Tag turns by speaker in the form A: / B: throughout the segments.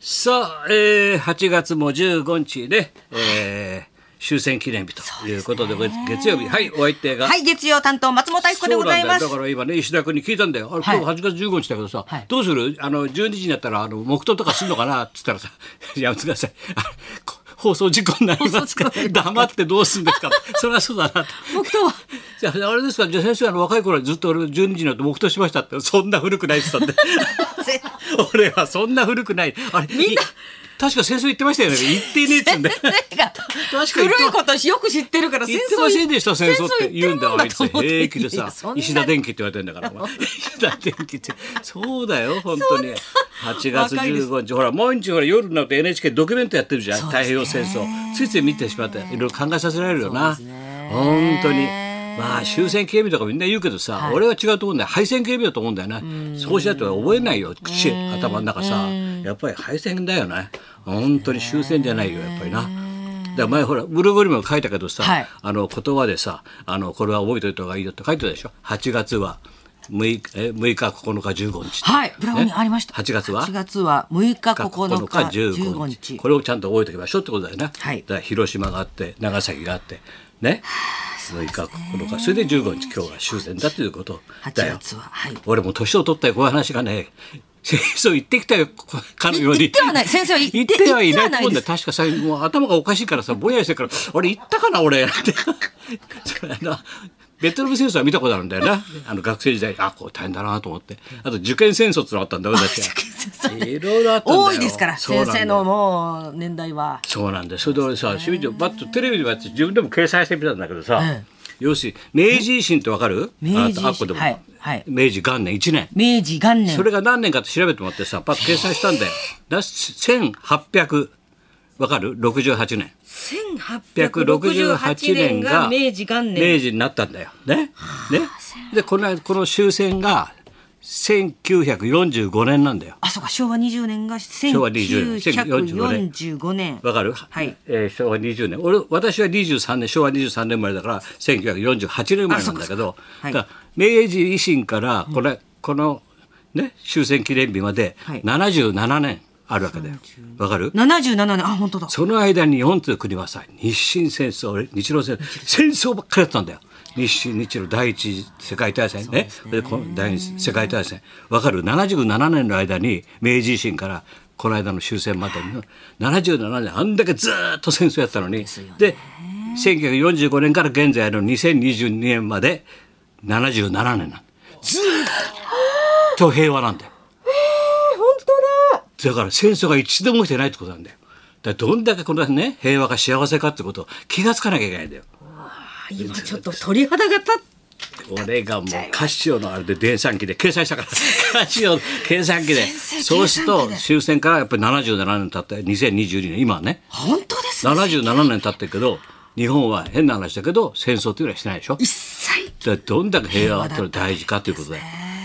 A: さあ、えー、8月も15日ね、えー、終戦記念日ということで、月曜日、はい、お相手が。
B: はい、月曜担当松本明子で
A: そ
B: ご
A: うな
B: ざ
A: ん
B: い
A: だ
B: ま
A: よだ。
B: す
A: から今ね石田君に聞いたんだよあれ
B: はい
A: 今日8月15日だけどさ、
B: はい
A: どうするあの12時になったらあの黙祷とかすんのかなっつったらさ 「やめてくださいあこ 放送事故になりますから
B: 放送事故になります
A: 黙ってどうするんです か」それはそうだなと
B: 黙祷は
A: じゃああれですかじゃあ先生あの若い頃はずっと俺12時になって黙祷しましたってそんな古くないって言ったんで 俺はそんな古くないあれい確か先生言ってましたよね言ってねえっつうんで
B: 先生が
A: 確か
B: 古
A: に
B: いことよく知ってるから
A: 言 って
B: 戦争
A: ませんでした戦争って言うんだよあいつ
B: 戦争言ってるもんだと思って
A: 平気で
B: い
A: さ
B: やそんな
A: 石田電機って言われてんだからお 前石田電機ってそうだよ本当に8月
B: 若いです
A: 15日ほら毎日ほら夜になると NHK ドキュメントやってるじゃん
B: そう
A: 太
B: です
A: 平洋
B: ね
A: 戦争ついつい見てしまっていろいろ考えさせられるよな
B: そうですね
A: 本当にまあ終戦警備とかみんな言うけどさ
B: い
A: 俺は違うと思うんだよ敗戦警備だと思うんだよねそうしないと覚えないよ口頭の中さやっぱり敗戦だよね本当に終戦じゃないよやっぱりな。だから前ほらブログにも書いたけどさ、
B: はい
A: あの言葉でさあのこれは覚えておいた方がいいよって書いてたでしょ8月は 6, 日え6日9日15日
B: はい、ブラウンにありました。
A: 8月は
B: 8月は6日
A: 9
B: 9
A: 日
B: 日
A: 15
B: 15
A: 日
B: 日。
A: これをちゃんと覚えておきましょうってことだよね、
B: はい
A: だから広島があって長崎があってね6日9日それで15日今日が終戦だということだよ
B: 8月ははい
A: 俺も年を取ったよこういう話がねそう言ってきたよこかのように
B: 言ってはない先生は言っ
A: 言
B: て
A: ってはいないと思うんだよ
B: 言って
A: 確かさもう頭がおかしいからさぼんやりしてるから俺言ったかな俺 なんてそれあのベトナム戦争は見たことあるんだよなあの学生時代あこう大変だなと思ってあと受験戦争ってのがあったんだ俺だっていろいろあったんだよ
B: 多いですから、
A: そうなん
B: 先
A: だよ
B: 生のもう年代は。
A: そうなんだよそれで俺さ清水バッとテレビでもやって自分でも掲載してみたんだけどさ、
B: ええ
A: 要するに明治維新ってわかる
B: 明治維新
A: あなたあっこでも、
B: はいはい
A: 明治元年1年
B: 明治元年
A: そ。れが何年かって調べてもらってさパッと掲載したんだよだ1800わかる68年1868年が明治になったんだよ。ね。ね。でこのこの終戦が1945年なんだよ。
B: あ、そうか、昭和20年が
A: 和20
B: 1945年。
A: わかる、
B: はい
A: えー昭和20年俺私は23年昭和23年生まれだから1948年生まれなんだけど、
B: あそっかそっかはい
A: だから明治維新からこれ、この、ね、終戦記念日まで
B: はい
A: 77年あるわけだよ。わ、かる
B: 77年、あ、本当だ。
A: その間に日本という国はさ日清戦争日露戦争戦争ばっかりだったんだよ日清日露第一次世界大戦ねでこの第二次世界大戦わかる77年の間に明治維新からこの間の終戦までの77年あんだけずーっと戦争やったのにで1945年から現在の2022年まで77年なんだずーっと平和なんだよだから戦争が一度も起きてないってことなんだよ。だからどんだけこのね平和が幸せかってことを気がつかなきゃいけないんだよ。
B: あ今ちょっと鳥肌が立っ
A: 俺がもうカシオのあれで電算機で計算 したからカシオの計算機で
B: 先生
A: そうすると
B: 計算機で
A: 終戦からやっぱり77年経って2022年今はね
B: 本当ですね。
A: 77年経ってるけど日本は変な話だけど戦争っていうのはしてないでしょ
B: 一切
A: だからどんだけ平和ってのは大事かということで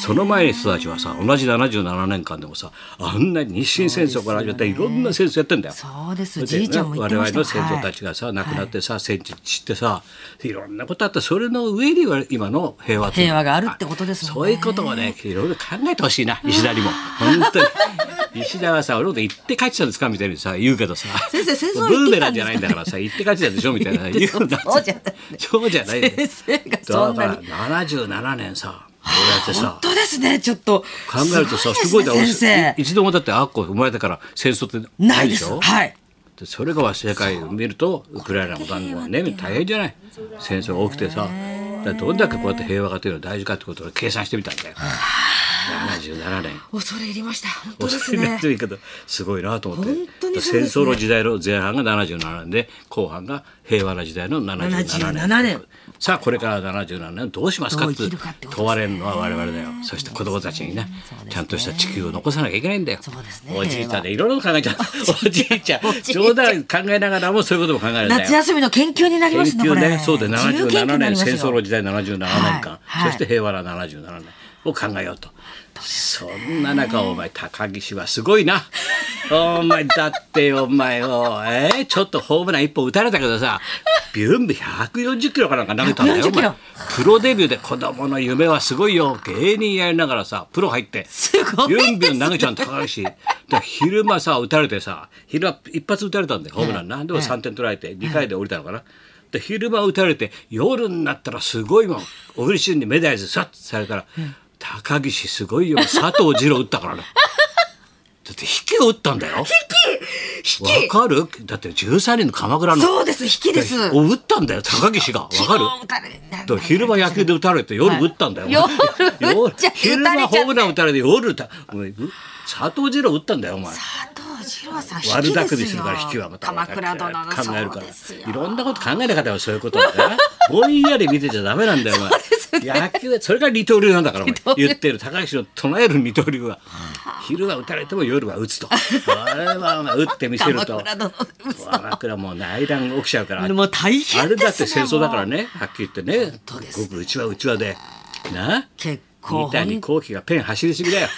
A: その前の人たちはさ同じ77年間でもさあんなに日清戦争から始まっていろんな戦争やってんだよ。
B: そうです。
A: だって
B: じいちゃんも言ってました。
A: 我々の先祖たちがさ、亡くなってさ戦地散ってさいろんなことあってそれの上には今の平和という
B: 平和があるってことですもんね
A: そういうことをねいろいろ考えてほしいな石田にも本当 に石田はさ俺のこと言って帰ってたんですかみたいにさ言うけどさ
B: 先生戦争は
A: ブ
B: 言
A: ーメラン
B: ってたんですか
A: じゃないんだからさ言って帰ってたでしょみたい な
B: 言って
A: 言
B: そう
A: うな
B: そうじゃない
A: そうじゃないんだよ
B: 先生がそんなに
A: だから77年さこうやってさ
B: 本当ですね。ちょっと
A: 考えるとさすごいだ
B: で
A: ろ
B: すね先生。
A: 一度もだってあっこ生まれてから戦争って
B: な
A: ない
B: い
A: で
B: で
A: し
B: す。
A: ょ
B: はい。
A: でそれが世界を見るとウクライナも何もね大変じゃない戦争が起きてさだからどんだけこうやって平和がというのは大事かってことを計算してみたんだよ77年。
B: 恐れ入りました。 本当で
A: 恐
B: す
A: れ
B: ね
A: ない。というけどすごいなと思って、
B: 本当にそう
A: 戦
B: ですね
A: 争の時代の前半が77年で後半が平和な時代の77年
B: 77年
A: さあこれから77年どうしますかって
B: どう生きるかってことですね
A: 問われるのは我々だよそして子供たちにねちゃんとした地球を残さなきゃいけないんだよ
B: そうですね
A: おじいちゃんでいろいろ考えちゃうおじいちゃん
B: おじいちゃん
A: 冗談考えながらもそういうことも考えるんだよ
B: 夏休みの研究になりますね。
A: 研
B: こ
A: 究
B: れ。
A: ね、そうで
B: 自由
A: 77
B: 研究にな
A: 年
B: ります
A: 戦争
B: よ
A: の時代77年間、
B: はいは
A: そ
B: い
A: して平和な77年を考えようと。そんな中お前高岸はすごいな お前だってよお前よ、えーちょっとホームラン一本打たれたけどさビュンビュン140キロかなんか投げたんだよお
B: 140キ
A: 前
B: ロ
A: プロデビューで子供の夢はすごいよ芸人やりながらさプロ入って
B: すごい
A: ビュンビュン投げちゃうん高いしで昼間さ打たれてさ昼は一発打たれたんでホームランな、
B: はい
A: んでも3点取られて2回で降りたのかな、で昼間打たれて夜になったらすごいもん小栗旬にメダイズさっとされたら、高岸すごいよ佐藤二朗打ったからね だって引きを打ったんだよ
B: 引
A: わ
B: き
A: かるだって13人の鎌倉の
B: そうです引きです
A: を打ったんだよ高岸がわかる
B: 昨日打たれなん
A: だから昼間野球で打たれて夜打ったんだよ、
B: はい夜打っちゃ
A: 昼間
B: 打たれちゃって
A: ホームラン打たれて夜打ったお前う佐藤二朗打ったんだよお前
B: 佐藤二郎さん引きですよ
A: 悪だくみするから引きはまた
B: 鎌倉殿の
A: 考えるか
B: そうですよ
A: らいろんなこと考えなかったよ そういうことはねぼんやり見てちゃダメなんだよお前野球はそれが二刀流なんだからお前言ってる高橋の唱える二刀流は昼は打たれても夜は打つとあれはお前打ってみせると
B: 鎌倉殿の嘘
A: 鎌倉もう内乱が起きちゃうから
B: もう大変ですね
A: あれだって戦争だからねはっきり言ってね
B: 当ですね
A: ごくうちはうちはでな
B: 結構
A: 三谷幸喜がペン走りすぎだよ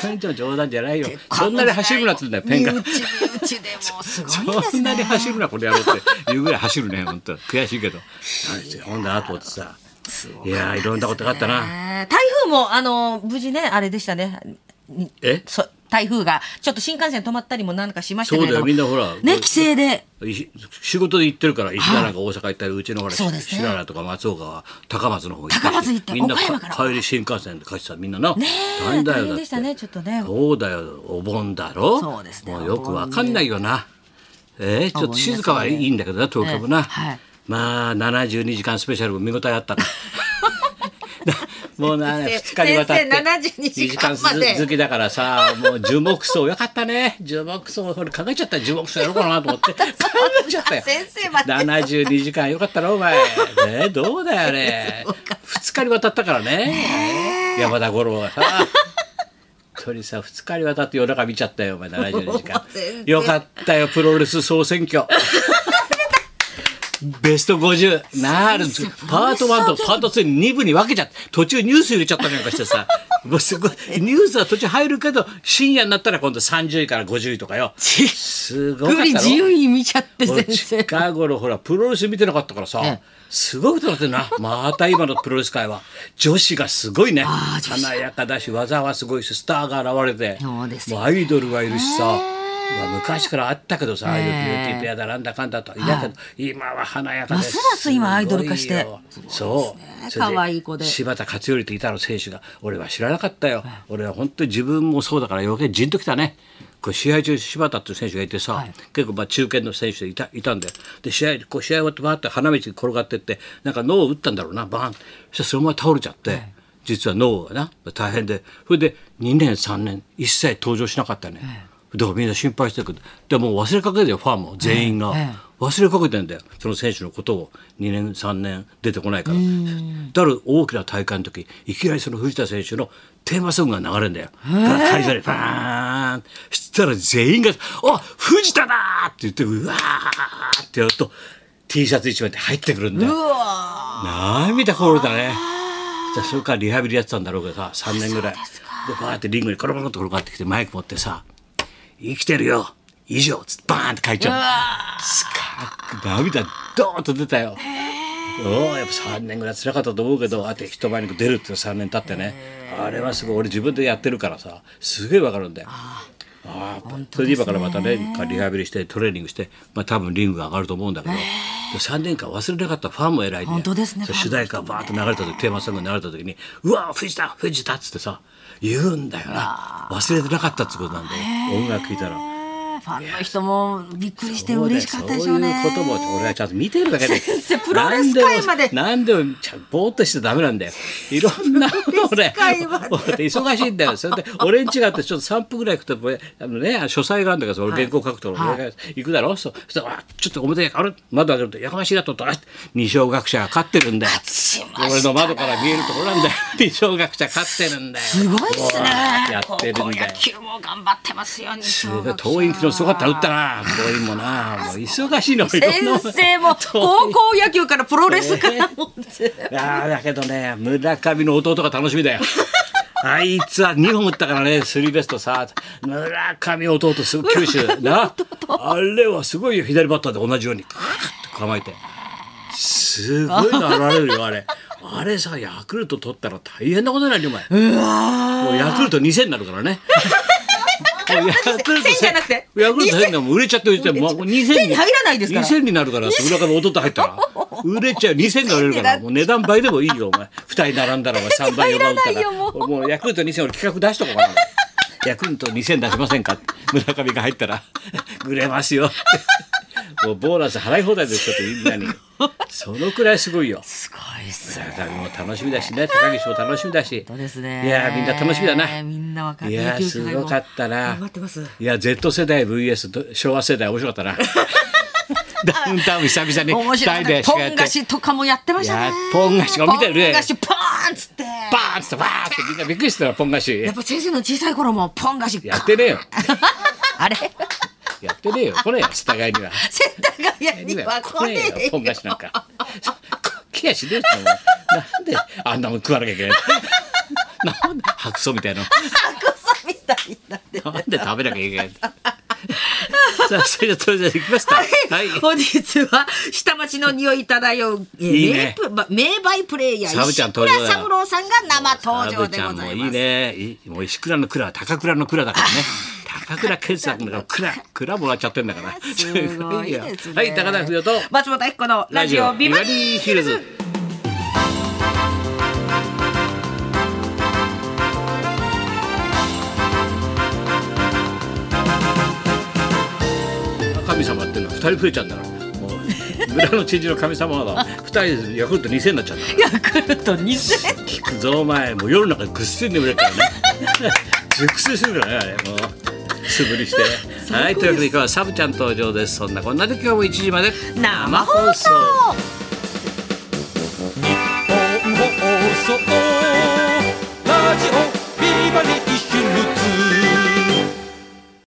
A: 本当に冗談じゃないよそんなに走るなって言うんだよペンが
B: 身内身内でもうすごいですね
A: そんなに走るなこれやろうっていうぐらい走るね本当悔しいけどなんですよ本だなと思ってさいやーいろんな ことがあったな
B: ねえ台風もあの無事ねあれでしたねに
A: え
B: そ台風がちょっと新幹線止まったりもなんかしましたけれ
A: そう
B: ど
A: だよみんなほら
B: ね帰省で
A: い仕事で行ってるから石田なんか大阪行ったりうちのほら
B: そうですね
A: 白良とか松岡は高松の方行ったし
B: 高松行った
A: みんな
B: 岡山から
A: 帰り新幹線で帰ってたみんなな
B: ねえ
A: 大変だ
B: 大
A: よだ
B: 変
A: っ
B: で
A: て
B: したねちょっとね
A: そうだよお盆だろ
B: そうですね
A: もうよくわかんないよなえー、ちょっと静かはいいんだけどな東京もな、
B: ええはい
A: まあ72時間スペシャルも見応えあ ったなもうな2日にわたって
B: 先生72時間まで
A: 二時続きだからさもう樹木葬よかったね樹木葬俺考えちゃった樹木葬やろうかなと 思って考えちゃったよ
B: 先生待って
A: 72時間よかったろお前ねどうだよあ れ2日にわたったからね山田五郎がさ本当にさ2日にわたって夜中見ちゃったよお前72時間
B: 全然
A: よかったよプロレス総選挙 ベスト50なある
B: 先生
A: パート1とパート22部に分けちゃって途中ニュース入れちゃったりなんかして さもうすごいニュースは途中入るけど深夜になったら今度30位から50位とかよすごかった
B: グ
A: ろ
B: リ自由に見ちゃって
A: 俺
B: 先生
A: 近頃ほらプロレス見てなかったからさ、
B: ええ
A: すごいことになってるなまた今のプロレス界は女子がすごいね
B: ああ女子
A: 華やかだし技はすごいしスターが現れて
B: そうですよ
A: もうアイドルがいるしさ、まあ、昔からあったけどさ、アイドルビューティーペアだなんだかんだといだけど、今は華やかで
B: ますます今アイドル化して
A: すごいよそうそれ
B: 可愛い子で
A: 柴田勝頼っていたの選手が俺は知らなかったよ、俺は本当に自分もそうだから余計じんときたねこれ試合中柴田っていう選手がいてさ、
B: はい
A: 結構まあ中堅の選手でいたいたんだよで試合こう試合終わってバーって花道に転がってってなんか脳を打ったんだろうなバーンそしたらそのまま倒れちゃって、実は脳がな大変でそれで2年3年一切登場しなかったね、だからみんな心配してるけどでもう忘れかけてよファンも全員が、
B: ええ
A: 忘れかけてんだよその選手のことを2年3年出てこないからだから大きな大会の時いきなりその藤田選手のテーマソングが流れるんだよ会場にバーンそしたら全員が「あ藤田だ!」って言ってうわーってやると T シャツ一枚で入ってくるんだよ
B: うわ
A: 涙こぼれたねじゃあそれからリハビリやってたんだろうけどさ3年ぐらいでバーってリングにコロコロっと転がってきてマイク持ってさ「生きてるよ以上」つってバーンって書いちゃうのスカーッ涙ドーンと出たよおうやっぱ3年ぐらい辛かったと思うけどあと人前に出るって3年経ってねあれはすごい俺自分でやってるからさすげえわかるんだよああ、それで今からまたねリハビリしてトレーニングして、まあ、多分リングが上がると思うんだけど、3年間忘れなかったファンも偉いね
B: 本当ですね
A: そう
B: ファン
A: 主題歌がバーッと流れた時テーマソングが流れた時に「うわ藤田藤田」っつってさ言うんだよな忘れてなかったっつうことなんだよ音楽聴いたら。
B: ーファンの人もびっくりして
A: そうだよ
B: 嬉しかったでしょうね
A: そういうことも俺はちゃんと見てるだけで
B: 先生プロレス界まで
A: 何でも何でもちゃんぼーっとしてダメなんだよいろんなこと俺
B: プロレス界まで
A: 俺忙しいんだよそれで俺んちがあってちょっと3分ぐらい行くと俺あのね書斎があるんだけどその原稿書くと俺が行くだろ、そうそしたらわちょっと表あれ窓開けるとやかましいなと思ったらあ二小学者が勝ってるんだよ
B: しましたね
A: 俺の窓から見えるところなんだよ二小学者勝ってるんだよ
B: すごいですね
A: やってるんだよ
B: 高校野球も頑張ってますよ
A: す
B: 西
A: ご
B: 岡
A: い遠い昨日すごかったな打ったな遠いもなもう忙しいのいろんな
B: 先生も高校野 球からプロレスからもう全部
A: ああだけどね村上の弟が楽しみだよあいつは2本打ったからね、スリーベストさ、村上弟、すごい九州な、あれはすごいよ、左バッターで同じように、カーッと構えて。すごいの現れるよ、あれ。あれさ、ヤクルト取ったら大変なことになるよ、お前。もうヤクルト2000になるから ね。もうヤクルト
B: 1000じゃなくて
A: ヤクルト1000がもう売れちゃって売れちゃってもう2000に
B: 手に入らないですから
A: 2000になるからって裏から弟入った ら売れちゃう2000が売れるからもう値段倍でもいいよお前2人並んだらお前3倍4番打った
B: 入
A: ら
B: らないよもう
A: もうヤクルト2000俺企画出しとこうかなヤクルト2000出しませんかって村上が入ったら売れますよってもうボーナス払い放題ですよってみんなにそのくらいすごいよ
B: すごいっす。
A: 村上も楽しみだしね高岸も楽しみだし
B: そうですね。
A: いやみんな楽しみだな
B: みんなわか
A: いやすごかったな
B: 頑張ってます。
A: いや Z 世代 VS と昭和世代面白かったな ダウンタウン久々に
B: 面白い
A: 二人で司
B: ポ
A: 会や
B: ン
A: って
B: 菓子とかもやってました
A: いや
B: ね。
A: ポン菓子が見てるね
B: ポン菓子ポーンっつって。
A: バーンっつってバーンってみんなびっくりしてたらポン菓子
B: やっぱ先生の小さい頃もポン菓子。
A: やってねえよ
B: あれ
A: やってねえよこれ世田谷には
B: センターがや には
A: こ
B: 来ね
A: れ
B: えよ
A: ポン菓子なんか 気がしねえってなんであんなもん食わなきゃいけない なんで白素みたいな
B: 白さみたいになってる。
A: なんで食べなきゃいけない さあそれじゃそれじゃ行きますかはい
B: 本日は下町の匂い漂う、えー
A: いいね
B: 名プま名バイプレイヤ
A: サ
B: ー
A: ブ
B: 石
A: ちゃん登場だ
B: 倉三郎さんが生登場でござい
A: サブち
B: ま
A: ゃ
B: す
A: んもいいね。いいもう石倉の蔵は高倉 の蔵だからね。高倉健さんの蔵、蔵もらっちゃってんだから。
B: すごいですね
A: はい、高田不夫と
B: 松本明子のラジオビバリー
A: ーヒルズ。神様っていうのは二人増えちゃうんだから。もう村の知事の神様は二人でヤクルト2000になっちゃった。
B: ヤクルト2000
A: 聞くぞお前もう夜の中ぐっすり眠れるから ね熟睡するからねあれもう素振り してはいというわけで今日はサブちゃん登場ですそんなこんなで今日も1時まで
B: 生放送
C: 日本放送ラジオビバリー